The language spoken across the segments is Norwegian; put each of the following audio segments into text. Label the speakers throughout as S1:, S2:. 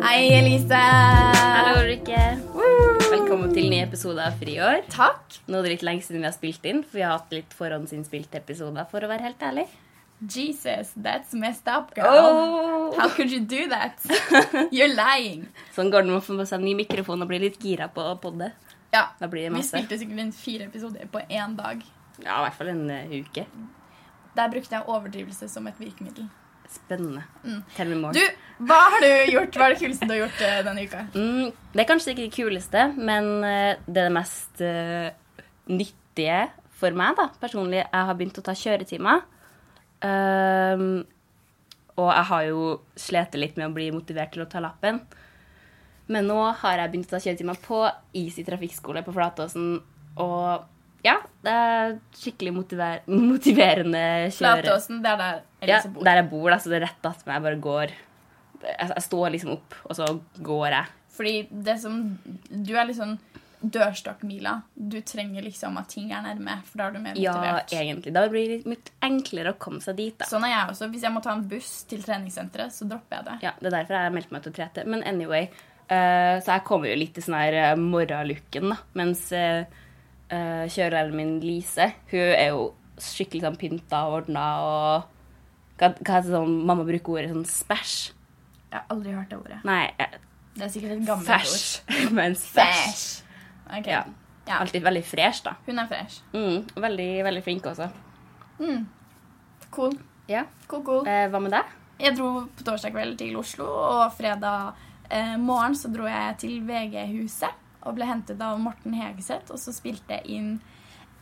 S1: Hei, Elise.
S2: Hallo, Ulrikke. Velkommen til ny episode av Friår.
S1: Takk.
S2: Nå er det litt lenge siden vi har spilt inn, for vi har hatt litt forhåndsinnspilte episoder, for å være helt ærlig.
S1: Jesus, that's messed up, girl.
S2: Oh.
S1: How could you do that? You're lying.
S2: Sånn går det når man får med seg en ny mikrofon og blir litt gira på å podde.
S1: Ja,
S2: Da blir det
S1: vi
S2: masse.
S1: spilte sikkert inn fire episoder på én dag.
S2: Ja, i hvert fall en eh, uke.
S1: Der brukte jeg overdrivelse som et virkemiddel.
S2: Spennende. Tell me more.
S1: Du, hva har du gjort? Hva er det kuleste du har gjort eh, denne uka?
S2: Mm, det er kanskje ikke det kuleste, men eh, det er det mest eh, nyttige for meg, da. Personlig, jeg har begynt å ta kjøretimer. Ehm, og jeg har jo slitt litt med å bli motivert til å ta lappen. Men nå har jeg begynt å ta kjøretimer på Easy trafikkskole på Flatåsen. Og ja, det er skikkelig motiver motiverende kjøre...
S1: Flatåsen, det er liksom der
S2: Ja,
S1: Elise bor.
S2: der jeg bor, da, så det er rett attmed. Jeg bare går. Jeg, jeg står liksom opp, og så går jeg.
S1: Fordi det som Du er litt sånn dørstokkmila. Du trenger liksom at ting er nærme, for da er du mer
S2: Ja,
S1: motivert.
S2: egentlig. Da blir det litt- litt enklere å komme seg dit, da.
S1: sånn er jeg også. Hvis jeg må ta en buss til treningssenteret, så dropper jeg det.
S2: Ja, det er derfor jeg meldte meg til 3T. Men anyway, eh, så jeg kommer jo litt i sånn her eh, morgenlooken, da. Mens uh, kjørelæreren min, Lise, hun er jo skikkelig sånn pynta og ordna og hva, hva er det sånn mamma bruker ordet sånn spæsj?
S1: Jeg har aldri hørt det ordet.
S2: Nei, eh,
S1: Det er sikkert et gammelt ord.
S2: fæsj. Men spæsj.
S1: Fresh. Ok.
S2: Ja.
S1: Ja.
S2: Alltid veldig fresh, da.
S1: Hun er fresh.
S2: Mm, veldig, veldig flink også.
S1: Cool.
S2: Ja.
S1: Cool, cool.
S2: Eh, hva med deg?
S1: Jeg dro på torsdag kveld til Oslo, og fredag eh, morgen så dro jeg til VG-huset og ble hentet av Morten Hegeseth, og så spilte jeg inn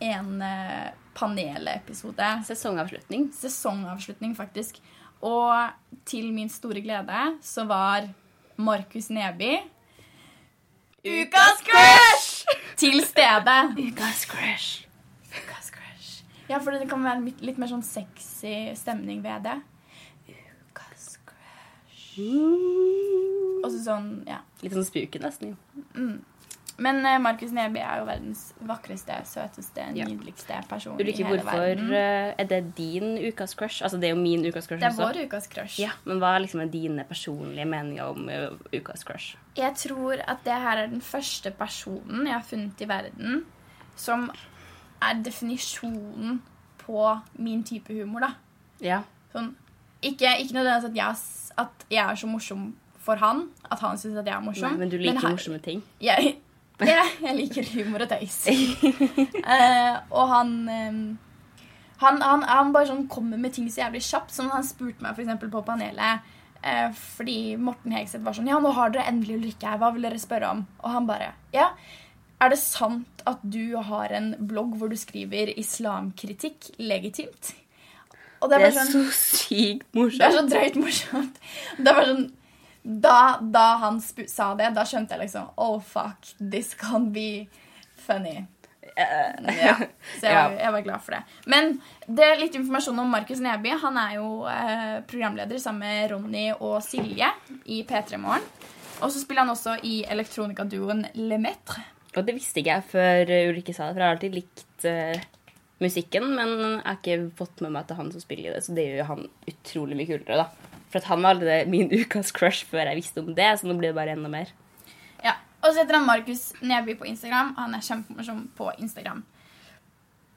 S1: en eh, panelepisode.
S2: Sesongavslutning.
S1: Sesongavslutning, faktisk. Og til min store glede så var Markus Neby Ukas crush! Til stede.
S2: Ukas crush.
S1: Ukas crush. Ja, for det kan være litt- litt mer sånn sexy stemning ved det. Ukas crush. Og så sånn, ja. Mm.
S2: Litt sånn spooky nesten, jo.
S1: Men eh, Markus Neby er jo verdens vakreste, søteste,
S2: Ja.
S1: nydeligste person i
S2: Ulrikke,
S1: hele
S2: hvorfor
S1: verden.
S2: eh, er det din ukas crush? Altså, det er jo min ukas crush
S1: Det er
S2: også.
S1: vår ukas crush.
S2: Ja, men hva er liksom er dine personlige meninger om eh, ukas crush?
S1: Jeg tror at det her er den første personen jeg har funnet i verden som er definisjonen på min type humor, da.
S2: Ja.
S1: Sånn, ikke, ikke nødvendigvis at jeg, er s- at jeg er så morsom for han, at han syns at jeg er morsom.
S2: Nei, men du liker
S1: han-
S2: morsomme ting.
S1: Jeg, jeg, jeg liker humor og tøys. Eh, og han, eh, han, han Han bare sånn kommer med ting så jævlig kjapt. Som han spurte meg for eksempel på panelet. eh, fordi Morten Hegseth var sånn Ja, nå har dere endelig Ulrikke her. Hva vil dere spørre om? Og han bare Ja, er det sant at du har en blogg hvor du skriver islamkritikk legitimt? Og det
S2: Det
S1: er
S2: er
S1: bare sånn
S2: så sykt
S1: det er
S2: morsomt.
S1: så drøyt morsomt. Det var sånn Da, da han spu- sa det, da skjønte jeg liksom Oh, fuck. This can be funny.
S2: Eh,
S1: Ja. Så jeg,
S2: Ja.
S1: var- jeg var glad for det. Men det er litt informasjon om Markus Neby. Han er jo eh, programleder sammen med Ronny og Silje i P3 Morgen. Og så spiller han også i elektronikaduoen Le Metre.
S2: Og det visste ikke jeg før eh, Ulrikke sa det, for jeg har alltid likt eh, musikken, men jeg har ikke fått med meg at det er han som spiller i det, så det gjør jo han utrolig mye kulere, da. For at han var allerede min ukas crush før jeg visste om det, så nå blir det bare enda mer.
S1: Ja. Og så heter han Markus Neby på Instagram. Han er kjempemorsom på Instagram.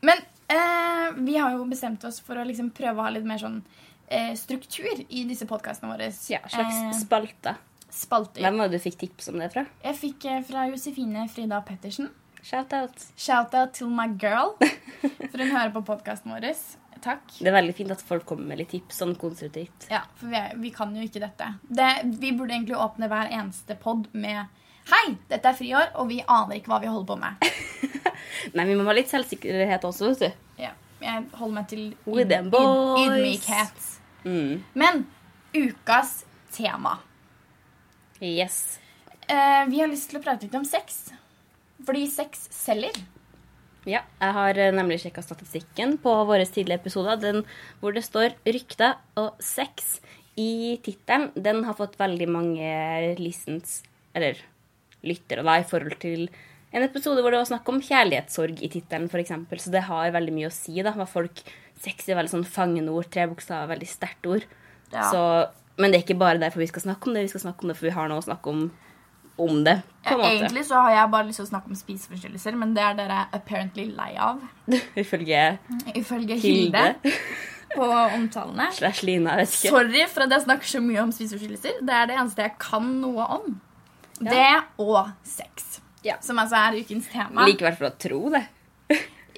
S1: Men eh, vi har jo bestemt oss for å liksom prøve å ha litt mer sånn eh, struktur i disse podkastene våre.
S2: Ja, slags
S1: eh,
S2: spalte.
S1: spalter.
S2: Hvem var det du fikk tips om det fra?
S1: Jeg fikk eh, fra Josefine Frida Pettersen.
S2: Shout-out.
S1: Shout-out til my girl. For hun hører på podkasten vår. Takk.
S2: Det er veldig fint at folk kommer med litt tips sånn konstruktivt.
S1: Ja, for vi, er, vi kan jo ikke dette. Det, vi burde egentlig åpne hver eneste pod med Hei, dette er friår, og vi aner ikke hva vi holder på med.
S2: Nei, vi må ha litt selvsikkerhet også, vet du.
S1: Ja, jeg holder meg til
S2: With them
S1: yd-
S2: boys.
S1: ydmykhet. Men ukas tema.
S2: Yes.
S1: Eh, vi har lyst til å prate litt om sex. Fordi sex selger.
S2: Ja, jeg har eh, nemlig sjekka statistikken på våre tidligere episoder, den hvor det står 'rykter og sex' i tittelen. Den har fått veldig mange listens, eller lyttere, da, i forhold til en episode hvor det var snakk om kjærlighetssorg i tittelen, f.eks. Så det har veldig mye å si, da. Hva folk Sex er veldig sånn fangenord, tre bokstaver, veldig sterkt ord.
S1: Ja.
S2: Så Men det er ikke bare derfor vi skal snakke om det. Vi skal snakke om det, for vi har noe å snakke om om det. på
S1: Ja,
S2: en måte.
S1: egentlig så har jeg bare lyst til å snakke om spiseforstyrrelser, men det er dere apparently lei av.
S2: Ifølge
S1: Ifølge Hilde
S2: Hilde
S1: på omtalene.
S2: slash Lina, jeg vet ikke.
S1: Sorry for at jeg snakker så mye om spiseforstyrrelser. Det er det eneste jeg kan noe om.
S2: Ja.
S1: Det og sex.
S2: Ja.
S1: Som altså er ukens tema.
S2: Likevel for å tro det.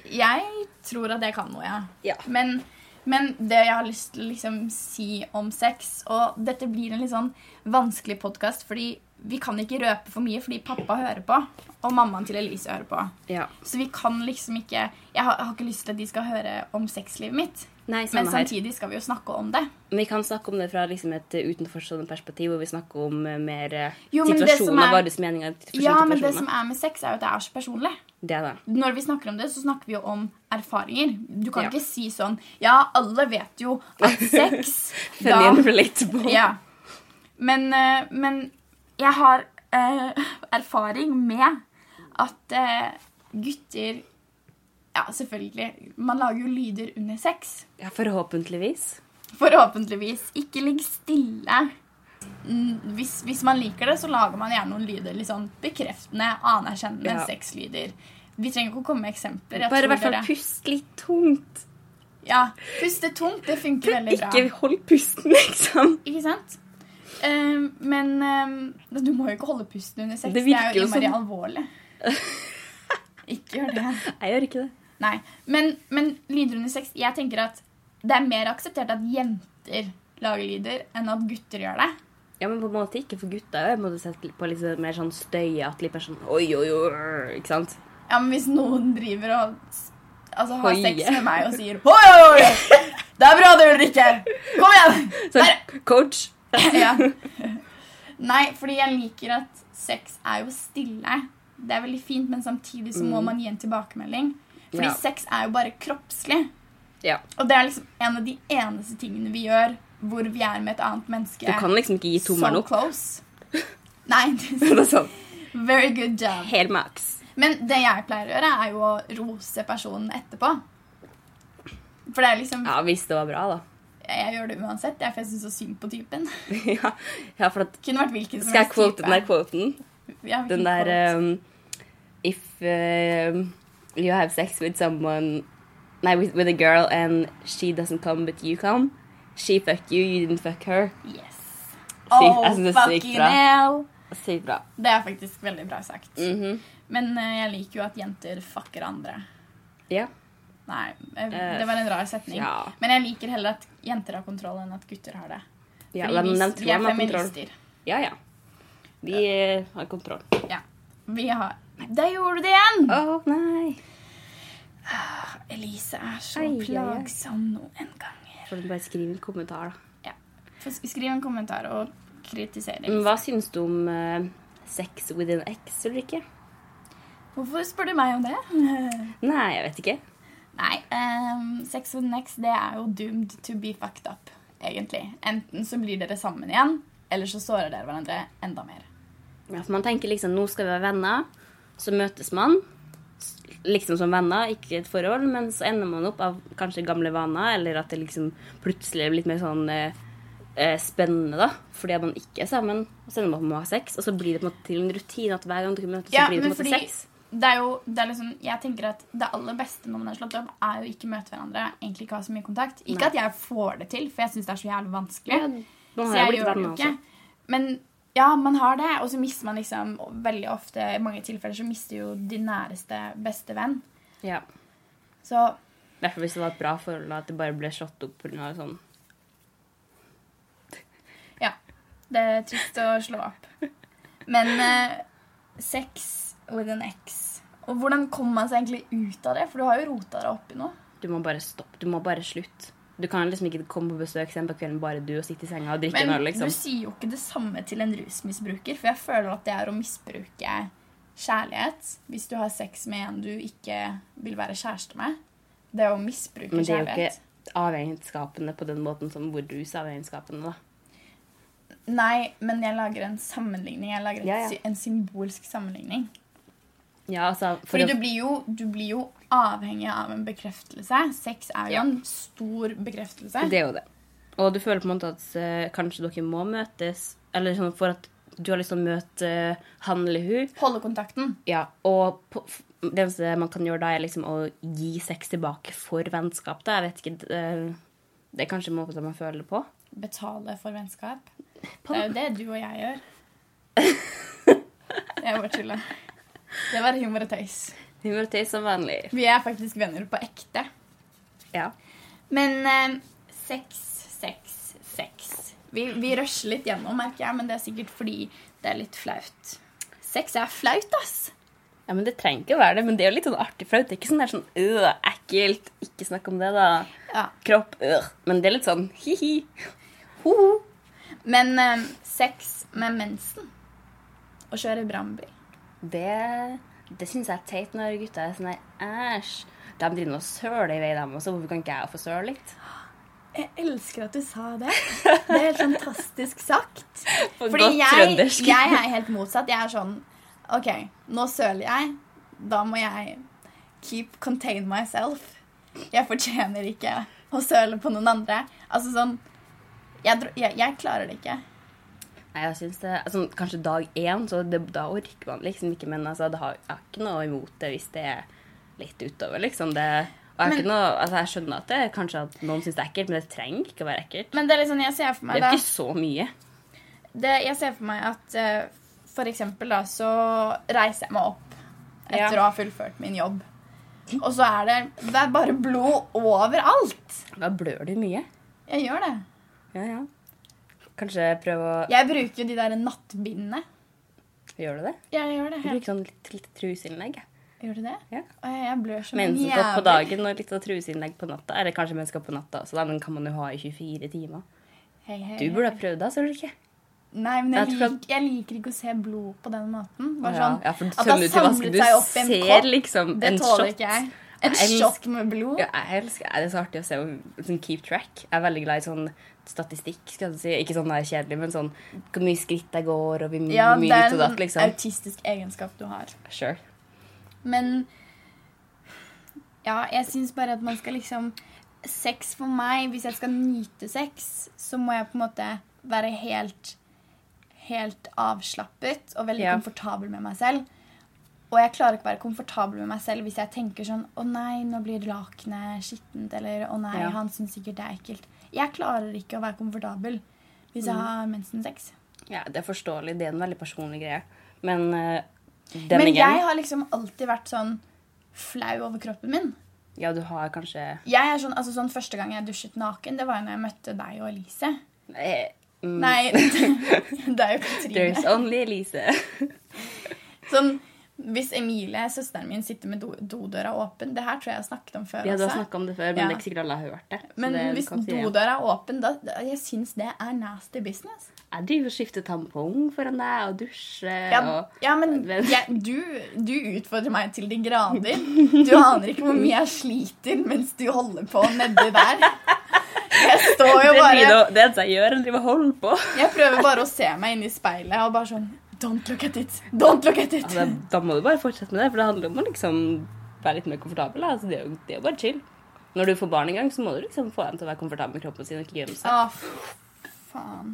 S1: Jeg tror at jeg kan noe, ja.
S2: Ja.
S1: Men, men det jeg har lyst til å liksom si om sex Og dette blir en litt sånn vanskelig podkast, fordi vi kan ikke røpe for mye fordi pappa hører på. Og mammaen til Elise hører på.
S2: ja.
S1: Så vi kan liksom ikke Jeg har, har ikke lyst til at de skal høre om sexlivet mitt.
S2: Nei,
S1: Men
S2: samme her.
S1: samtidig skal vi jo snakke om det.
S2: Men vi kan snakke om det fra liksom, et eh, utenforstående perspektiv, hvor vi snakker om eh, mer eh,
S1: Jo, men det som
S2: situasjoner,
S1: er-
S2: våre meninger til
S1: Ja, men det
S2: personer.
S1: som er med sex, er jo at det er så personlig.
S2: Det da.
S1: Når vi snakker om det, så snakker vi jo om erfaringer. Du kan
S2: Ja.
S1: ikke si sånn Ja, alle vet jo at sex
S2: Funny and relatable.
S1: Ja. Men, eh, men jeg har eh, erfaring med at eh, gutter Ja, selvfølgelig. Man lager jo lyder under sex.
S2: Ja, forhåpentligvis.
S1: Forhåpentligvis. Ikke ligg stille. Mm, Hvis, hvis man liker det, så lager man gjerne noen lyder. Litt sånn bekreftende, anerkjennende
S2: Ja.
S1: sexlyder. Vi trenger ikke å komme med eksempler. jeg
S2: Bare i
S1: tror
S2: hvert fall
S1: dere-
S2: pust litt tungt.
S1: Ja, Puste tungt. Det funker veldig bra.
S2: Ikke hold pusten, liksom.
S1: Ikke sant? Ehm, men ehm, du må jo ikke holde pusten under sex.
S2: Det
S1: Det,
S2: virker
S1: er jo
S2: jo som-
S1: innmari alvorlig. ikke gjør det.
S2: Jeg gjør ikke det.
S1: Nei. Men, men lyder under sex Jeg tenker at det er mer akseptert at jenter lager lyder enn at gutter gjør det.
S2: Ja, men på en måte ikke for gutta. Jeg måtte sett på litt mer sånn støyete, litt mer sånn oi, oi, oi, ikke sant?
S1: Ja, men hvis noen driver og s- altså, har
S2: Hoie.
S1: sex med meg og sier Hoi, hoi, hoi! Det er bra, det, Ulrikke! Kom igjen!
S2: Så, coach.
S1: ja. Nei, fordi jeg liker at sex er jo stille. Det er veldig fint, men samtidig så må
S2: Mm.
S1: man gi en tilbakemelding. Fordi
S2: Ja.
S1: sex er jo bare kroppslig.
S2: Ja.
S1: Og det er liksom en av de eneste tingene vi gjør hvor vi er med et annet menneske.
S2: Du kan liksom ikke gi tommelen opp.
S1: So close. Nei, det
S2: Det er sånn,
S1: er very good job.
S2: Helt maks.
S1: Men det jeg pleier å gjøre, er jo å rose personen etterpå. For det er liksom
S2: Ja, hvis det var bra, da.
S1: Jeg gjør det uansett, det er for jeg syns så synd på typen.
S2: ja, ja, for at
S1: Kunne vært hvilken som
S2: Skal jeg
S1: helst
S2: quote
S1: type.
S2: den der quoten?
S1: Ja, hvilken
S2: Den der
S1: quote?
S2: um, If um, you have sex with someone Nei, with, with a girl and she doesn't come but you come She fuck you, you didn't fuck her.
S1: Yes.
S2: Sykt-
S1: Oh,
S2: jeg synes det er sykt
S1: fucking
S2: bra.
S1: hell!
S2: Sykt bra.
S1: Det er faktisk veldig bra sagt.
S2: Mhm.
S1: Men eh, jeg liker jo at jenter fucker andre.
S2: Ja.
S1: Nei, eh,
S2: Eh,
S1: det var en rar setning.
S2: ja.
S1: Men jeg liker heller at jenter har kontroll enn at gutter har det.
S2: ja
S1: Fordi
S2: de,
S1: vi,
S2: de tror
S1: vi er
S2: de har kontroll.
S1: feminister.
S2: Ja, ja. De eh, har kontroll.
S1: Ja. Vi har Der gjorde du det igjen!
S2: Å, nei.
S1: Elise er så
S2: Ai, ai, ai.
S1: plagsom noen ganger.
S2: Får du bare skrive en kommentar, da.
S1: Ja. Få s- Skriv en kommentar og kritiser
S2: Men
S1: Elise.
S2: Mm, hva syns du om eh, sex with an ex, Ulrikke?
S1: Hvorfor spør du meg om det?
S2: Nei, jeg vet ikke.
S1: Nei, um, sex with next, det er jo doomed to be fucked up, egentlig. Enten så blir dere sammen igjen, eller så sårer dere hverandre enda mer.
S2: Ja, for man tenker liksom, nå skal vi være venner, så møtes man, s- liksom som venner, ikke i et forhold, men så ender man opp av kanskje gamle vaner, eller at det liksom plutselig blir litt mer sånn eh, eh, spennende da, fordi at man ikke er sammen, og så ender man opp med å ha sex, og så blir det på en måte til en rutine at hver gang du møtes, så blir det på en måte sex.
S1: det er jo det er liksom, Jeg tenker at det aller beste når man er slått opp, er jo ikke møte hverandre, egentlig ikke ha så mye kontakt. Ikke
S2: Nei.
S1: at jeg får det til, for jeg syns det er så jævlig vanskelig.
S2: Ja, man
S1: Så
S2: har jo
S1: jeg
S2: blitt
S1: gjør det
S2: venner
S1: jo
S2: også.
S1: ikke. Men ja, man har det, og så mister man liksom veldig ofte I mange tilfeller så mister jo din næreste beste venn.
S2: Ja,
S1: Så
S2: i hvert fall hvis det var et bra forhold, da, at det bare ble slått opp på grunn av sånn.
S1: Ja. Det er trist å slå opp. Men eh, sex with an ex Og hvordan kommer man seg egentlig ut av det? For du har jo rota deg opp i noe.
S2: Du må bare stoppe, du må bare slutte. Du kan liksom ikke komme på besøk sen på kvelden, bare du og sitte i senga og drikke
S1: Men
S2: en øl, liksom.
S1: du sier jo ikke det samme til en rusmisbruker, for jeg føler at det er å misbruke kjærlighet hvis du har sex med en du ikke vil være kjæreste med. Det er å misbruke
S2: Men det er jo
S1: kjærlighet.
S2: ikke avhengighetsskapende på den måten som hvor rus er avhengighetsskapende, da.
S1: Nei, men jeg lager en sammenligning. Jeg lager et,
S2: Ja, ja.
S1: sy- en symbolsk sammenligning.
S2: Ja, altså, for
S1: Fordi
S2: å-
S1: du blir, jo, du blir jo avhengig av en bekreftelse. Sex er jo
S2: Ja.
S1: en stor bekreftelse.
S2: Det er jo det. Og du føler på en måte at eh, kanskje dere må møtes, eller sånn for at du har lyst til å møte eh, han eller hun.
S1: Holde kontakten.
S2: Ja, og på, f- det eneste man kan gjøre da, er liksom å gi sex tilbake for vennskap. Da. Jeg vet ikke Det, eh, det er kanskje en måte man føler det på.
S1: Betale for vennskap.
S2: På-
S1: Det er jo det du og jeg gjør. Jeg bare tuller. Det var humor og tøys.
S2: Humor og tøys som vanlig.
S1: Vi er faktisk venner på ekte.
S2: Ja.
S1: Men eh, sex, sex, sex. Vi, vi rusher litt gjennom, merker jeg, men det er sikkert fordi det er litt flaut. Sex er flaut, ass.
S2: ja, men Det trenger ikke å være det, men det er jo litt sånn artig flaut. Det er ikke sånn der sånn øh, ekkelt, ikke snakk om det, da.
S1: Ja.
S2: Kropp, øh. Men det er litt sånn hi-hi.
S1: Ho-ho. Men eh, sex med mensen. Å kjøre brannbil.
S2: Det, det syns jeg er teit når gutta er sånn der æsj. De driver nå og søler i vei, dem også. Hvorfor kan ikke jeg få søle litt?
S1: Jeg elsker at du sa det. Det er helt fantastisk sagt.
S2: På
S1: Fordi jeg, jeg er helt motsatt. Jeg er sånn OK, nå søler jeg. Da må jeg keep contain myself. Jeg fortjener ikke å søle på noen andre. Altså sånn Jeg, dro- jeg, jeg klarer det ikke.
S2: Nei, jeg synes det, altså, Kanskje dag én, så det, da orker man liksom ikke. Men altså, det har, jeg har ikke noe imot det hvis det er litt utover, liksom. Det, og jeg, har
S1: Men-
S2: ikke noe, altså, jeg skjønner at det kanskje at noen syns det er ekkelt, men det trenger ikke å være ekkelt.
S1: Men det er litt sånn jeg ser for
S2: Det
S1: meg
S2: er jo
S1: da
S2: ikke så mye.
S1: det, Jeg ser for meg at eh, for eksempel da Så reiser jeg meg opp Etter
S2: Ja.
S1: å ha fullført min jobb Og så er det, det er bare blod overalt
S2: Da blør du mye.
S1: Jeg gjør det
S2: Ja, ja. Kanskje prøve å
S1: Jeg bruker jo de der nattbindene
S2: Gjør du det?
S1: Jeg gjør det
S2: Jeg
S1: helt
S2: bruker sånn litt, litt truseinnlegg. jeg.
S1: Gjør du det?
S2: Ja.
S1: Å, jeg- jeg blør som en
S2: Mensenkopp på
S1: jævel.
S2: dagen og litt av truseinnlegg på natta. Eller kanskje mennesker på natta også, da, men kan man jo ha i 24 timer.
S1: hei, hei,
S2: Du burde ha prøvd det, altså, ser du ikke?
S1: Nei, men jeg,
S2: Jeg tror
S1: lik, jeg liker ikke å se blod på den måten Bare
S2: ja,
S1: sånn
S2: ja, for du
S1: At det har
S2: tømmer ut i vasken.
S1: samlet
S2: Du
S1: seg opp i en
S2: ser
S1: kopp
S2: liksom
S1: Det
S2: en
S1: tåler
S2: shot.
S1: ikke jeg En
S2: Jeg elsker-
S1: shot med blod
S2: Ja, jeg elsker det. er så artig å se hvor- sånn keep track. Jeg er veldig glad i sånn statistikk, skal jeg si. Ikke sånn der kjedelig, men sånn hvor mye skritt jeg går, og hvor mye,
S1: Ja,
S2: hvor
S1: det
S2: mye
S1: er
S2: ditt og
S1: en
S2: datt, liksom.
S1: autistisk egenskap du har
S2: Sure.
S1: Men ja, jeg syns bare at man skal liksom Sex for meg, hvis jeg skal nyte sex, så må jeg på en måte være helt Helt avslappet og veldig
S2: Ja.
S1: komfortabel med meg selv. Og jeg klarer ikke å være komfortabel med meg selv hvis jeg tenker sånn Å nei, nå blir lakenet skittent, eller Å nei,
S2: Ja.
S1: han syns sikkert det er ekkelt. Jeg klarer ikke å være komfortabel hvis
S2: Mm.
S1: jeg har mensensex.
S2: Ja, det er forståelig. Det er en veldig personlig greie. Men eh, den
S1: Men
S2: igjen
S1: jeg har liksom alltid vært sånn flau over kroppen min.
S2: Ja, du har kanskje
S1: Jeg er sånn, altså sånn Første gang jeg dusjet naken, det var jo når jeg møtte deg og Elise.
S2: eh, mm,
S1: Nei, det er jo
S2: There's
S1: Katrine.
S2: only Elise.
S1: Sånn, hvis Emilie, søsteren min, sitter med do- dodøra åpen Det her tror jeg jeg har snakket om før.
S2: Ja, du har
S1: også.
S2: snakka om det før, men
S1: Altså. Ja.
S2: det er ikke sikkert alle har hørt det. Så
S1: Men
S2: det,
S1: hvis
S2: du kan si det.
S1: dodøra er åpen, da, da jeg syns det er nasty business.
S2: Jeg driver og skifter tampong foran deg og dusjer
S1: Ja,
S2: og
S1: ja men
S2: Men-
S1: jeg, du, du utfordrer meg til de grader. Du aner ikke hvor mye jeg sliter mens du holder på nedi der. Jeg står
S2: det,
S1: jo
S2: er mye
S1: bare
S2: nå- det eneste jeg gjør, er å drive og holde på.
S1: Jeg prøver bare å se meg inn i speilet og bare sånn Don't look at it! Don't look at it!
S2: Altså, da må du bare fortsette med det, for det handler om å liksom være litt mer komfortabel. da. Altså, det, er jo, det er jo bare chill. Når du får barn en gang, så må du liksom få dem til å være komfortable med kroppen sin og ikke gjemme seg.
S1: Å, f- faen.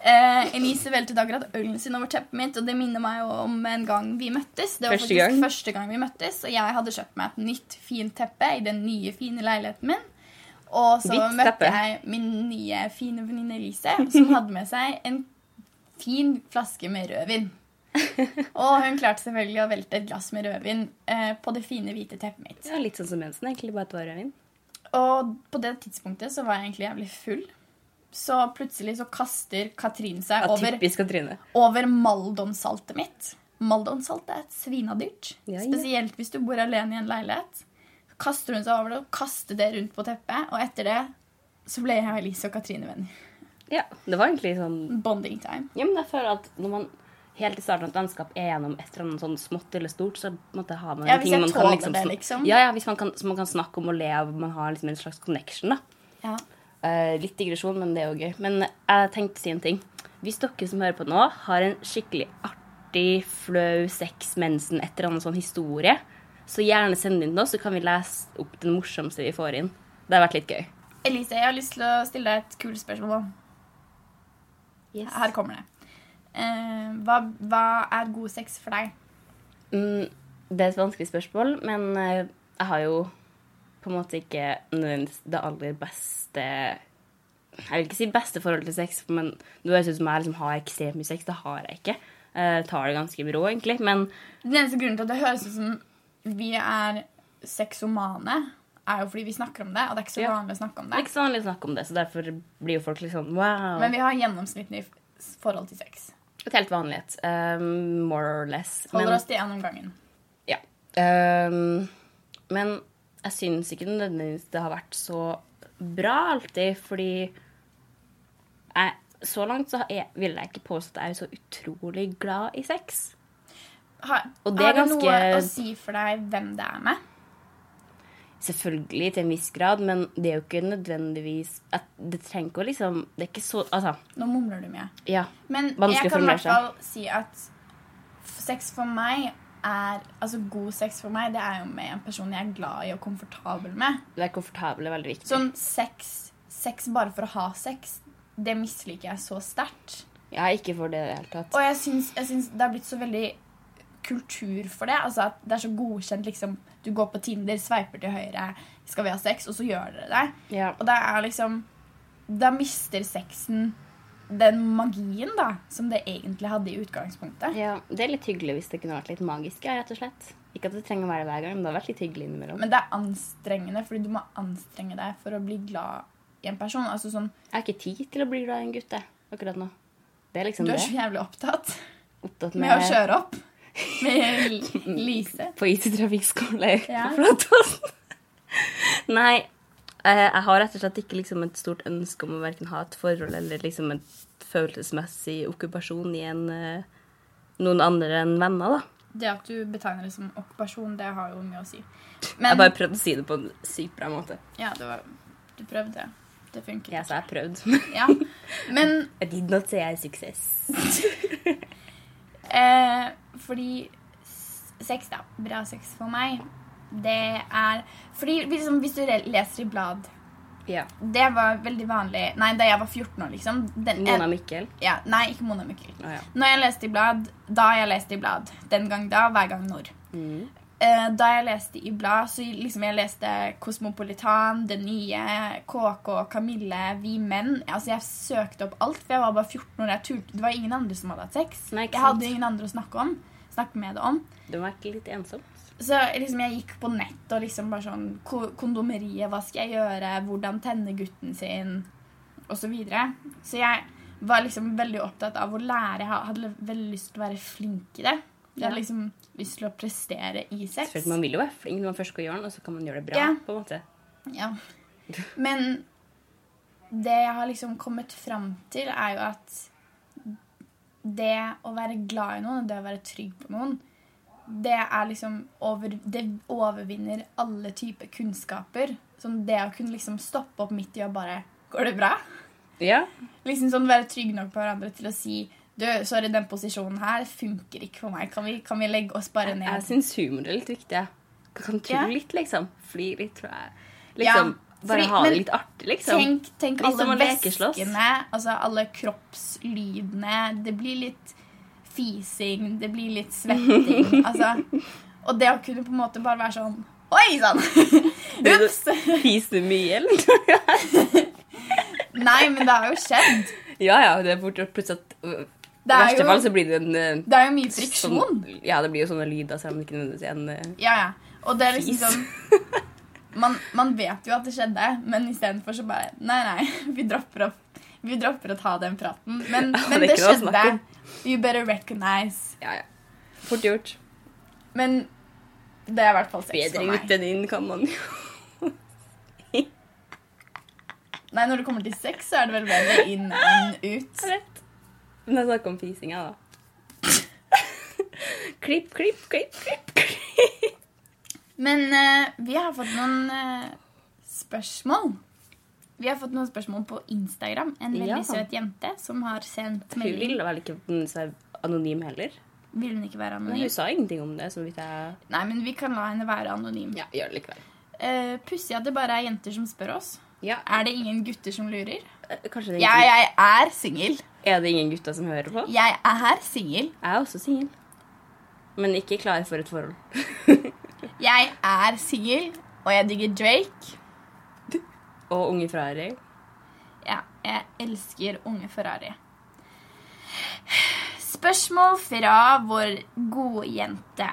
S1: Eh, Elise velte i dag grad ølen sin over teppet mitt, og det minner meg jo om en gang vi møttes. Det var
S2: Første
S1: faktisk
S2: gang?
S1: første gang vi møttes, og jeg hadde kjøpt meg et nytt, fint teppe i den nye, fine leiligheten min. Og så
S2: Hvitt
S1: møtte
S2: teppe.
S1: jeg min nye, fine venninne Elise, som hadde med seg en fin flaske med rødvin. Og hun klarte selvfølgelig å velte et glass med rødvin eh, på det fine, hvite teppet mitt.
S2: Ja, litt sånn som mensen, egentlig, bare at det var rødvin.
S1: Og på det tidspunktet så var jeg egentlig jævlig full. Så plutselig så kaster Katrin seg
S2: Ja,
S1: over,
S2: typisk Katrine.
S1: over Maldonsaltet mitt. Maldonsalt er et svinadyrt.
S2: Ja, ja.
S1: Spesielt hvis du bor alene i en leilighet. Så kaster hun seg over det og kaster det rundt på teppet. Og etter det så ble jeg og Elise og Katrine venner.
S2: Ja, det var egentlig sånn
S1: Bonding time.
S2: Ja, men jeg føler at når man helt i starten av et vennskap er gjennom et eller annet sånn smått eller stort, så på en måte har man
S1: Ja,
S2: en
S1: hvis
S2: ting
S1: jeg
S2: man
S1: tåler
S2: liksom,
S1: det,
S2: sn-
S1: liksom.
S2: Ja, ja, hvis man kan, så man kan snakke om og le av, man har liksom en slags connection, da.
S1: Ja.
S2: Eh, litt digresjon, men det er jo gøy. Men jeg tenkte å si en ting. Hvis dere som hører på nå, har en skikkelig artig, flau sex, mensen, et eller annet sånn historie, så gjerne send inn til oss, så kan vi lese opp den morsomste vi får inn. Det har vært litt gøy.
S1: Elise, jeg har lyst til å stille deg et kult spørsmål.
S2: Yes.
S1: Her kommer det. Eh, hva, hva er god sex for deg?
S2: Mm, det er et vanskelig spørsmål, men eh, jeg har jo på en måte ikke nødvendigvis det aller beste Jeg vil ikke si beste forhold til sex, men det høres ut som jeg liksom har ekstremt mye sex. Det har jeg ikke. Jeg tar det ganske med ro, egentlig. Men
S1: Den eneste grunnen til at det høres ut som vi er sexomane, er jo fordi vi snakker om det, og det er ikke så
S2: Ja.
S1: vanlig å snakke om
S2: det
S1: det.
S2: er ikke så vanlig å snakke om det, så derfor blir jo folk litt sånn wow.
S1: Men vi har gjennomsnittlig f- forhold til sex.
S2: Et helt vanlighet. Um, more or less.
S1: Holder
S2: Men-
S1: oss til én om gangen.
S2: Ja. Ehm, men jeg syns ikke nødvendigvis det har vært så bra alltid, fordi jeg, så langt så er, vil jeg ikke påstå at jeg er så utrolig glad i sex.
S1: Har,
S2: Og det er
S1: har det noe
S2: ganske-
S1: å si for deg hvem det er med?
S2: Selvfølgelig til en viss grad, men det er jo ikke nødvendigvis at Det trenger ikke å liksom Det er ikke så Altså,
S1: Nå mumler du mye.
S2: ja.
S1: Men
S2: Vanskelig
S1: jeg kan i
S2: å
S1: hvert
S2: formulere
S1: fall si at f- sex for meg er Altså god sex for meg, det er jo med en person jeg er glad i og komfortabel med.
S2: Det er komfortabel er veldig viktig.
S1: Sånn sex, sex bare for å ha sex, det misliker jeg så sterkt.
S2: Jeg er ikke for det i det hele tatt.
S1: Og jeg syns, jeg syns det har blitt så veldig kultur for det. Altså at Det er så godkjent. liksom Du går på Tinder, sveiper til høyre, skal vi ha sex, og så gjør dere det.
S2: Ja.
S1: Og da er liksom Da mister sexen den magien da som det egentlig hadde i utgangspunktet.
S2: ja. Det er litt hyggelig hvis det kunne vært litt magisk, ja, rett og slett. Ikke at det trenger å være hver gang, men det har vært litt hyggelig innimellom.
S1: Men det er anstrengende, fordi du må anstrenge deg for å bli glad i en person. Altså sånn,
S2: Jeg har ikke tid til å bli glad i en gutt jeg, akkurat nå. Det er liksom
S1: Du
S2: det.
S1: er så jævlig opptatt
S2: Opptatt
S1: med å kjøre opp med Lise.
S2: på IT trafikkskole
S1: Ja.
S2: på Flatåsen. Nei, eh, jeg har rett og slett ikke liksom et stort ønske om å verken ha et forhold eller liksom en følelsesmessig okkupasjon i en, eh, noen andre enn venner, da.
S1: Det at du betegner det som okkupasjon, det har jo mye å si.
S2: Jeg bare prøvde å si det på en sykt bra måte.
S1: Ja, det var, du prøvde. Det funket.
S2: Ja, så jeg prøvde.
S1: Ja. Men
S2: I did not say I success.
S1: eh, fordi s- sex, da. Bra sex for meg. Det er Fordi liksom, hvis du re- leser i blad
S2: Ja.
S1: Det var veldig vanlig Nei, da jeg var 14 år, liksom. Den,
S2: Mona Mikkel.
S1: ja, nei, ikke Mona Mikkel.
S2: Å ja.
S1: Når jeg leste i blad, da jeg leste i blad. Den gang da, hver gang når.
S2: Mm.
S1: Eh, Da jeg leste i blad, så liksom jeg leste Kosmopolitan, Det Nye, KK, Kamille, Vi Menn. Altså Jeg søkte opp alt, for jeg var bare 14 år. Jeg turte. Det var ingen andre som hadde hatt sex.
S2: Nei, ikke
S1: jeg
S2: sant.
S1: hadde ingen andre å snakke om. Snakke med det om.
S2: Det var ikke litt ensomt.
S1: Så liksom jeg gikk på nett og liksom bare sånn ko- Kondomeriet, hva skal jeg gjøre? Hvordan tenne gutten sin? Og så videre. Så jeg var liksom veldig opptatt av å lære. Jeg hadde veldig lyst til å være flink i det. Jeg
S2: Ja.
S1: hadde liksom lyst til å prestere i sex.
S2: Selvfølgelig, Man vil jo være flink når man først skal gjøre den, og så kan man gjøre det bra. Ja. på en måte.
S1: Ja. Men det jeg har liksom kommet fram til, er jo at det å være glad i noen, og det å være trygg på noen, det er liksom over, Det overvinner alle typer kunnskaper. Som det å kunne liksom stoppe opp midt i og bare Går det bra?
S2: Ja.
S1: Liksom sånn være trygg nok på hverandre til å si du, sorry, den posisjonen her funker ikke for meg. Kan vi, kan vi legge oss bare ned?
S2: Jeg syns humor er litt viktig. jeg. Du kan tulle
S1: Ja.
S2: litt, liksom. Fly litt, tror jeg. Liksom,
S1: Ja,
S2: Bare
S1: fordi-
S2: ha det
S1: men
S2: litt artig, liksom.
S1: Tenk, tenk
S2: Litt som
S1: alle
S2: å lekeslåss.
S1: væskene, altså alle kroppslydene. Det blir litt fising, det blir litt svetting. altså, og det å kunne på en måte bare være sånn Oi sann! Ups!
S2: Fise mye, eller?
S1: Nei, men det har jo skjedd.
S2: ja, ja. Det er fort gjort plutselig at øh, I
S1: Det er
S2: verste
S1: jo-
S2: fall så blir det en øh,
S1: Det er jo mye friksjon.
S2: sånn, Ja, det blir jo sånne lyder, selv om det ikke nødvendigvis er en øh,
S1: Ja, ja. Og det er liksom
S2: fis.
S1: sånn man, man vet jo at det skjedde, men istedenfor så bare Nei, nei, vi dropper, opp, vi dropper å ta den praten. Men,
S2: Ja,
S1: men
S2: det
S1: det
S2: er ikke noe å
S1: skjedde.
S2: snakke om.
S1: You better recognize.
S2: Ja, ja. Fort gjort.
S1: Men det er i hvert fall sex
S2: Bedre
S1: for meg.
S2: ut enn inn, kan man jo.
S1: Nei, når det kommer til sex, så er det vel bedre inn enn ut.
S2: Jeg vet. Men jeg snakker om fisinga, da. klipp, klipp, klipp, klipp, klipp.
S1: Men eh, vi har fått noen eh, spørsmål. Vi har fått noen spørsmål på Instagram. En veldig
S2: Ja.
S1: søt jente som har sendt
S2: Hun
S1: melding.
S2: ville vel ikke være anonym heller?
S1: Vil hun ikke være
S2: Men hun
S1: anonym?
S2: sa ingenting om det, så vidt jeg
S1: Nei, men vi kan la henne være anonym.
S2: Ja, gjør det likevel.
S1: Eh, Pussig at det bare er jenter som spør oss.
S2: Ja.
S1: Er det ingen gutter som lurer?
S2: Eh, Kanskje det er,
S1: Ja, jeg er singel.
S2: er det ingen gutter som hører på?
S1: Jeg er singel.
S2: Jeg er også singel. Men ikke klar for et forhold.
S1: Jeg er singel, og jeg digger Drake.
S2: Og unge Ferrari.
S1: Ja, jeg elsker unge Ferrari. Spørsmål fra vår gode jente.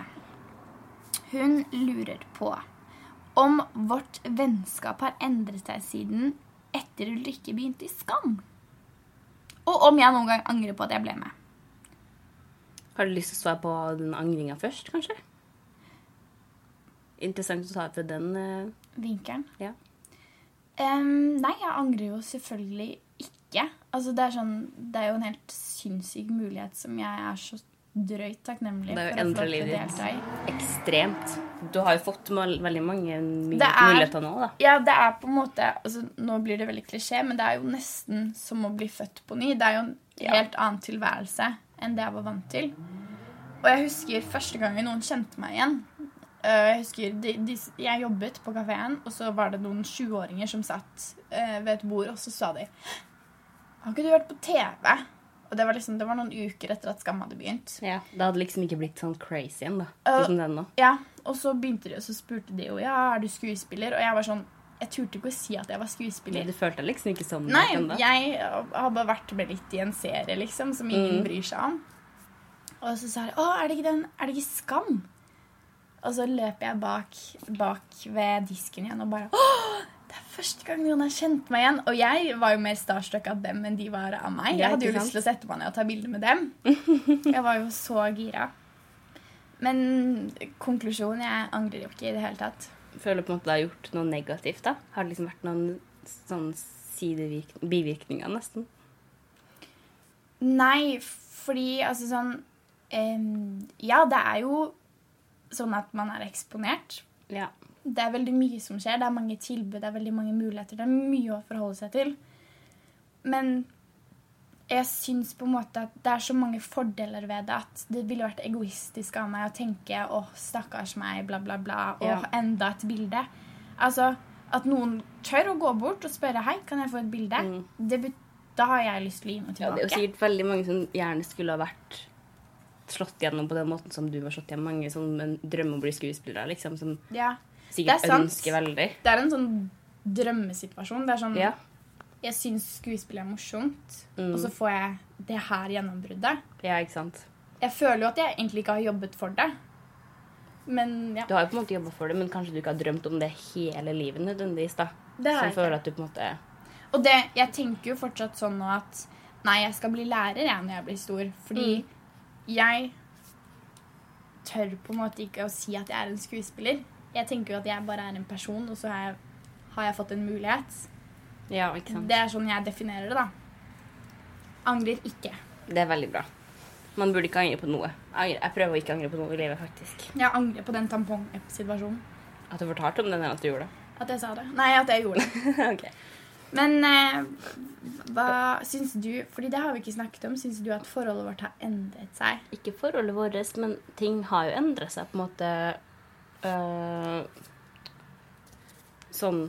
S1: Hun lurer på om vårt vennskap har endret seg siden etter Ulrikke begynte i Skam. Og om jeg noen gang angrer på at jeg ble med.
S2: Har du lyst til å svare på den angringa først, kanskje? Interessant å ta fra den. eh,
S1: Vinkelen?
S2: Ja.
S1: Ehm, nei, jeg angrer jo selvfølgelig ikke. Altså, det, er sånn, det er jo en helt sinnssyk mulighet som jeg er så drøyt takknemlig
S2: Det er jo
S1: for å få
S2: endret
S1: lov til å
S2: livet ditt.
S1: delta i.
S2: Ekstremt. Du har jo fått mal- veldig mange mul
S1: Det er-
S2: muligheter nå, da.
S1: Ja, det er på en måte altså, Nå blir det veldig klisjé, men det er jo nesten som å bli født på ny. Det er jo en
S2: Ja.
S1: helt annen tilværelse enn det jeg var vant til. Og jeg husker første gangen noen kjente meg igjen. Øh, Jeg husker de, de, Jeg jobbet på kafeen, og så var det noen 20-åringer som satt øh, ved et bord, og så sa de Har ikke du vært på TV? Og det var, liksom, det var noen uker etter at Skam hadde begynt.
S2: Ja, Det hadde liksom ikke blitt sånn crazy igjen, da.
S1: Øh.
S2: Sånn som den nå.
S1: Ja, og så begynte de, og så spurte de jo Ja, er du skuespiller? Og jeg var sånn Jeg turte ikke å si at jeg var skuespiller.
S2: Du følte deg liksom ikke sånn
S1: Nei,
S2: ennå.
S1: jeg har bare vært med litt i en serie, liksom, som
S2: Mm.
S1: ingen bryr seg om. Og så sa de Å, er det ikke den Er det ikke Skam? Og så løp jeg bak, bak ved disken igjen og bare Å, det er første gang noen har kjent meg igjen. Og jeg var jo mer starstruck av dem enn de var av meg.
S2: Ja,
S1: Jeg hadde jo
S2: ikke
S1: lyst
S2: sant?
S1: til å sette meg ned og ta bilde med dem. Jeg var jo så gira. Men konklusjonen Jeg angrer jo ikke i det hele tatt.
S2: Føler på en måte du har gjort noe negativt, da. Har det liksom vært noen sånn sidevirk- bivirkninger, nesten?
S1: Nei, fordi altså sånn em, Ja, det er jo sånn at man er eksponert.
S2: Ja.
S1: Det er veldig mye som skjer. Det er mange tilbud, det er veldig mange muligheter. Det er mye å forholde seg til. Men jeg syns på en måte at det er så mange fordeler ved det at det ville vært egoistisk av meg å tenke 'Å, stakkars meg', bla, bla, bla, og
S2: Ja.
S1: enda et bilde. Altså, at noen tør å gå bort og spørre 'Hei, kan jeg få et bilde?' Det bet- da har jeg lyst til å gi noe
S2: Mm. Ja,
S1: tilbake.
S2: det er jo sikkert veldig mange som gjerne skulle ha vært slått gjennom på den måten som du var slått gjennom. Mange som en- drømmer om å bli skuespillere, liksom, som
S1: Ja.
S2: sikkert
S1: Det er sant.
S2: ønsker veldig.
S1: Det er en sånn drømmesituasjon. Det er sånn
S2: Ja. Mm.
S1: Jeg syns skuespill er morsomt, og så får jeg det her gjennombruddet.
S2: ja, ikke sant.
S1: Jeg føler jo at jeg egentlig ikke har jobbet for det, men ja.
S2: Du har jo på en måte jobba for det, men kanskje du ikke har drømt om det hele livet nødvendigvis, da.
S1: Det har
S2: Så
S1: jeg
S2: jeg føler
S1: ikke.
S2: at du på en måte
S1: Og det, jeg tenker jo fortsatt sånn nå at nei, jeg skal bli lærer jeg når jeg blir stor, fordi
S2: Mm.
S1: jeg tør på en måte ikke å si at jeg er en skuespiller. Jeg tenker jo at jeg bare er en person, og så har jeg, har jeg fått en mulighet.
S2: Ja, ikke sant.
S1: Det er sånn jeg definerer det, da. Angrer ikke.
S2: Det er veldig bra. Man burde ikke angre på noe. Jeg, angrer- jeg prøver å ikke angre på noe i livet, faktisk.
S1: Jeg angrer på den tampongesituasjonen.
S2: At du fortalte om den her at du gjorde det.
S1: At jeg sa det. Nei, at jeg gjorde det.
S2: ok.
S1: Men eh, hva syns du Fordi det har vi ikke snakket om. Syns du at forholdet vårt har endret seg?
S2: ikke forholdet vårt, men ting har jo endret seg på en måte øh, Sånn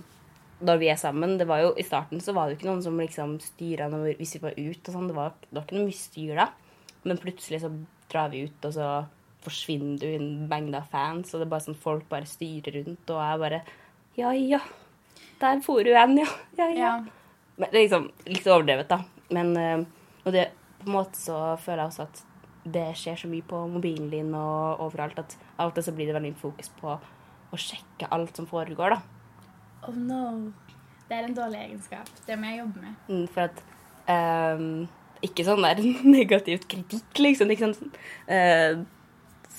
S2: når vi er sammen. Det var jo, I starten så var det jo ikke noen som liksom styra når vi- hvis vi var ute. og Sånn. Det, var, det var ikke noe mye styr da. Men plutselig så drar vi ut, og så forsvinner du i en mengde av fans. Og det er bare sånn folk bare styrer rundt, og jeg bare Ja, ja. Der for du hen, ja. Ja, ja. Men det er liksom litt overdrevet, da. Men eh, og det, på en måte så føler jeg også at det skjer så mye på mobilen din og overalt at av og til så blir det veldig mye fokus på å sjekke alt som foregår, da.
S1: Oh no. Det er en dårlig egenskap. Det må jeg jobbe med.
S2: Mm, For at ehm, Ikke sånn der negativt kritikk, liksom. Ikke sånn eh,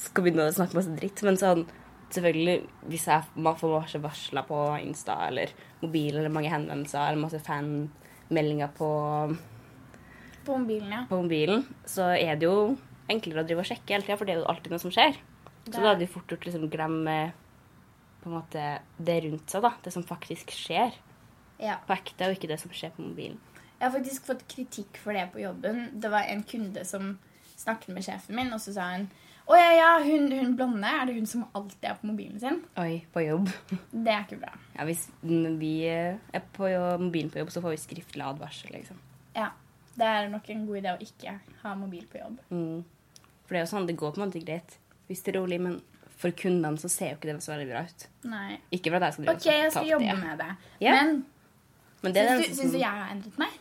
S2: Skal begynne å snakke masse dritt, men sånn Selvfølgelig, hvis jeg ma- får masse varsler på Insta eller mobil eller mange henvendelser eller masse fanmeldinger på
S1: På mobilen, ja.
S2: på mobilen, så er det jo enklere å drive og sjekke hele tida, for det er jo alltid noe som skjer. Så
S1: Det er-
S2: da hadde vi fort gjort liksom glemme på en måte det rundt seg, da. Det som faktisk skjer
S1: ja.
S2: på ekte, og ikke det som skjer på mobilen.
S1: Jeg har faktisk fått kritikk for det på jobben. Det var en kunde som snakket med sjefen min, og så sa hun å ja, ja, hun, hun blonde, er det hun som alltid er på mobilen sin?
S2: Oi, på jobb.
S1: Det er ikke bra.
S2: Ja, hvis n- vi eh, er på jo- mobilen på jobb, så får vi skriftlig advarsel, liksom.
S1: Ja, Det er nok en god idé å ikke ha mobil på jobb.
S2: Mm. For det er jo sånn, det går på en måte greit hvis det er rolig, men for kundene så ser jo ikke det så veldig bra ut.
S1: Nei.
S2: Ikke for at jeg skal drive og
S1: OK, jeg skal
S2: ta opp det.
S1: jobbe med det.
S2: Ja.
S1: Men
S2: Men det er den
S1: syns du, syns du jeg har endret meg?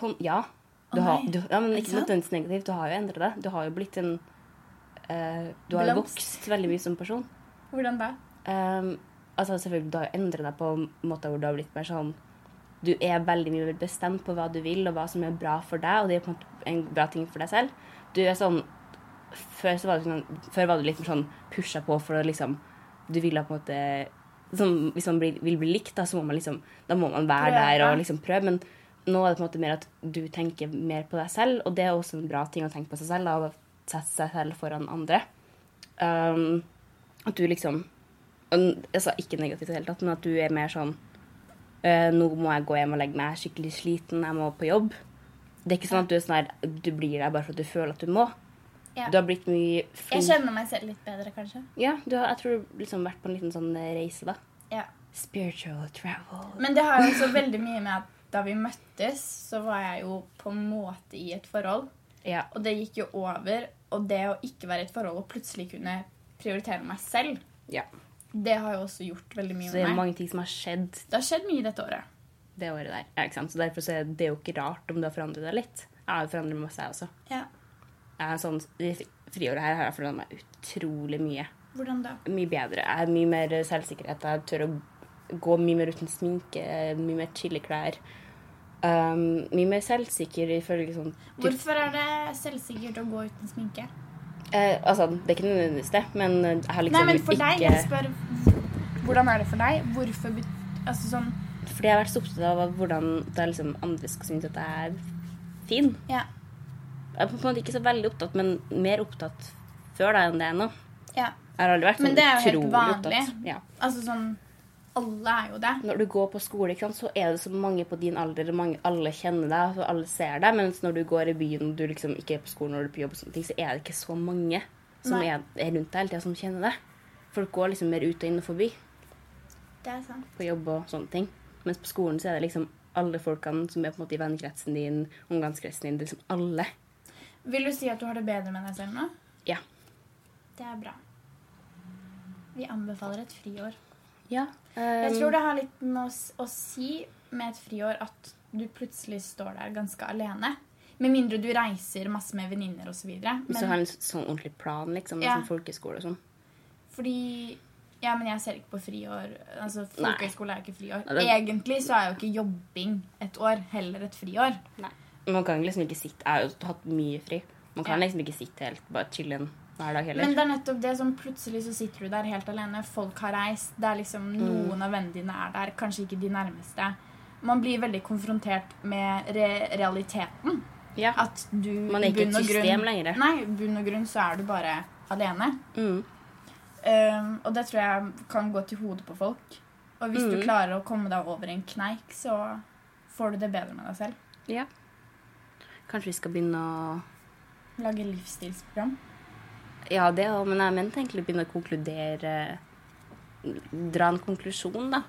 S2: På, ja.
S1: Å,
S2: Du har,
S1: nei.
S2: du, ja, men
S1: Er det
S2: ikke nødvendigvis negativt. Du har jo endret deg. Du har jo blitt en eh, Du har jo
S1: Blomst.
S2: vokst veldig mye som person.
S1: Hvordan da?
S2: Ehm, altså selvfølgelig, Du har jo endret deg på måter hvor du har blitt mer sånn Du er veldig mye mer bestemt på hva du vil, og hva som er bra for deg, og det er på en måte en bra ting for deg selv. Du er sånn Før, så var, du sånn, før var du litt mer sånn pusha på for å liksom Du ville på en måte sånn, Hvis man blir, vil bli likt, da, så må man liksom Da må man være
S1: Prøve.
S2: der og liksom prøve. Men nå er det på en måte mer at du tenker mer på deg selv, og det er også en bra ting å tenke på seg selv, da, å sette seg selv foran andre. Ehm, at du liksom og Jeg sa ikke negativt i det hele tatt, men at du er mer sånn «Øh, Nå må jeg gå hjem og legge meg, jeg er skikkelig sliten, jeg må på jobb. Det er ikke sånn at du, er sånn her, du blir der bare for at du føler at du må.
S1: Ja.
S2: Du har blitt mye flink.
S1: Jeg kjenner meg selv litt bedre, kanskje.
S2: Ja, du har, jeg tror du har liksom vært på en liten sånn eh, reise, da.
S1: Ja.
S2: Spiritual travel.
S1: Men det har jo også veldig mye med at da vi møttes, så var jeg jo på en måte i et forhold.
S2: Ja.
S1: Og det gikk jo over. Og det å ikke være i et forhold og plutselig kunne prioritere meg selv,
S2: ja.
S1: det har jo også gjort veldig mye
S2: Så det er
S1: med meg.
S2: mange ting som har skjedd
S1: Det har skjedd mye dette året.
S2: det året der. Ja, ikke sant? Så derfor så er det jo ikke rart om du har forandret deg litt. Jeg har jo forandret meg masse, jeg også.
S1: Ja.
S2: Jeg er sånn, I fri- friåret her har jeg forandret meg utrolig mye.
S1: Hvordan da?
S2: mye bedre. Jeg har mye mer selvsikkerhet. Jeg tør å gå mye mer uten sminke, mye mer chille klær. Um, mye mer selvsikker ifølge sånn typ-
S1: Hvorfor er det selvsikkert å gå uten sminke?
S2: eh, Altså, det er ikke nødvendigvis det, men jeg har liksom
S1: Nei, men for deg,
S2: ikke
S1: jeg spør Hvordan er det for deg? Hvorfor bet- Altså sånn
S2: Fordi jeg har vært så opptatt av hvordan det er liksom andre skal synes at jeg er fin.
S1: Ja.
S2: Jeg er på en måte ikke så veldig opptatt, men mer opptatt før da enn det er nå.
S1: ja.
S2: Jeg har aldri vært
S1: Men
S2: sånn
S1: det er jo helt
S2: utrolig
S1: vanlig.
S2: opptatt. Ja.
S1: Altså sånn Alle er jo det.
S2: Når du går på skole, ikke sant, så er det så mange på din alder, og mange, alle kjenner deg, og alle ser deg. Mens når du går i byen og du liksom ikke er på skolen når du er på jobb, og sånne ting, så er det ikke så mange som
S1: Nei.
S2: er, er rundt deg hele tida, som kjenner deg. Folk går liksom mer ut og inn og forbi
S1: Det er sant.
S2: på jobb og sånne ting. Mens på skolen så er det liksom alle folkene som er på en måte i vennekretsen din, omgangskretsen din, det er liksom alle.
S1: Vil du si at du har det bedre med deg selv nå?
S2: Ja.
S1: Det er bra. Vi anbefaler et friår.
S2: Ja.
S1: Jeg tror det har litt med å, s- å si med et friår at du plutselig står der ganske alene. Med mindre du reiser masse med venninner osv.
S2: Hvis du har en sånn ordentlig plan, liksom, med
S1: Ja.
S2: sånn folkeskole og sånn.
S1: Fordi Ja, men jeg ser ikke på friår. Altså,
S2: Nei.
S1: Folkehøyskole er ikke friår.
S2: Nei, det-
S1: Egentlig så er jo ikke jobbing et år heller et friår.
S2: Man kan liksom ikke sitte Jeg har jo hatt mye fri. Man kan
S1: Ja.
S2: liksom ikke sitte helt bare chille en hver dag heller.
S1: Men det er nettopp det som plutselig så sitter du der helt alene. Folk har reist. Det er liksom
S2: Mm.
S1: Noen av vennene dine er der, kanskje ikke de nærmeste. Man blir veldig konfrontert med re realiteten.
S2: Ja.
S1: At du
S2: Man er
S1: i
S2: ikke et
S1: bunn og
S2: system lenger.
S1: Nei, i bunn og grunn så er du bare alene.
S2: Mm.
S1: Um, og det tror jeg kan gå til hodet på folk. Og hvis du
S2: Mm.
S1: klarer å komme deg over en kneik, så får du det bedre med deg selv.
S2: Ja. Kanskje vi skal begynne å
S1: Lage livsstilsprogram.
S2: Ja, det òg, men jeg mente egentlig begynne å konkludere Dra en konklusjon, da.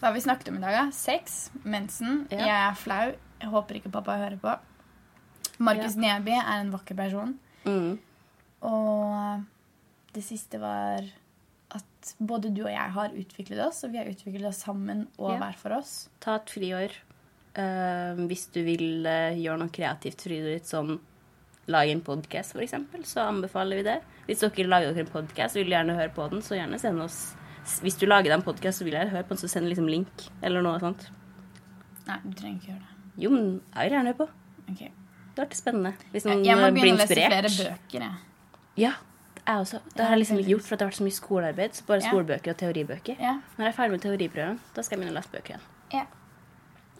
S1: Hva har vi snakket om i dag? da? Sex, mensen.
S2: Ja.
S1: Jeg er flau. Jeg håper ikke pappa hører på. Markus Neby er en vakker person.
S2: Mm.
S1: Og det siste var at både du og jeg har utviklet oss, og vi har utviklet oss sammen og
S2: Ja.
S1: hver for oss.
S2: Ta et friår eh, hvis du vil eh, gjøre noe kreativt friåret ditt, som lage en podkast, f.eks., så anbefaler vi det. Hvis dere lager dere en podkast og vil gjerne høre på den, så gjerne send oss Hvis du lager deg en podkast, så vil jeg høre på den, så send liksom link eller noe sånt.
S1: Nei, du trenger ikke gjøre det.
S2: Jo, men jeg vil gjerne høre på.
S1: Ok.
S2: Det har vært spennende. Hvis
S1: Jeg,
S2: noen
S1: jeg må
S2: eh, blir
S1: begynne å lese
S2: inspirert.
S1: flere bøker, jeg.
S2: Ja, jeg også. Det har jeg liksom ikke gjort, for det har vært så mye skolearbeid. Så bare
S1: Ja.
S2: skolebøker og teoribøker.
S1: Ja.
S2: Når jeg er ferdig med teoriprøven, da skal jeg begynne å lese bøker igjen.
S1: Ja.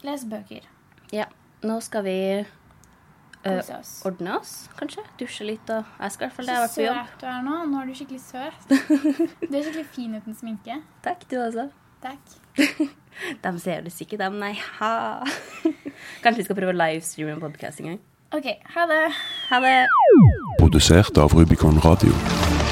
S1: Les bøker.
S2: Ja, Nå skal vi eh,
S1: Kose oss.
S2: ordne oss, kanskje. Dusje litt og Jeg skal i hvert fall det.
S1: Så
S2: Jeg har vært på jobb.
S1: søt du er nå. Nå er du skikkelig søt. Du er skikkelig fin uten sminke.
S2: Takk, du også.
S1: Takk.
S2: De ser det sikkert, dem. Nei, ha. Kanskje vi skal prøve å livestreame en podkast en gang.
S1: OK, ha det.
S2: Ha det.
S3: Produsert av Rubicon Radio.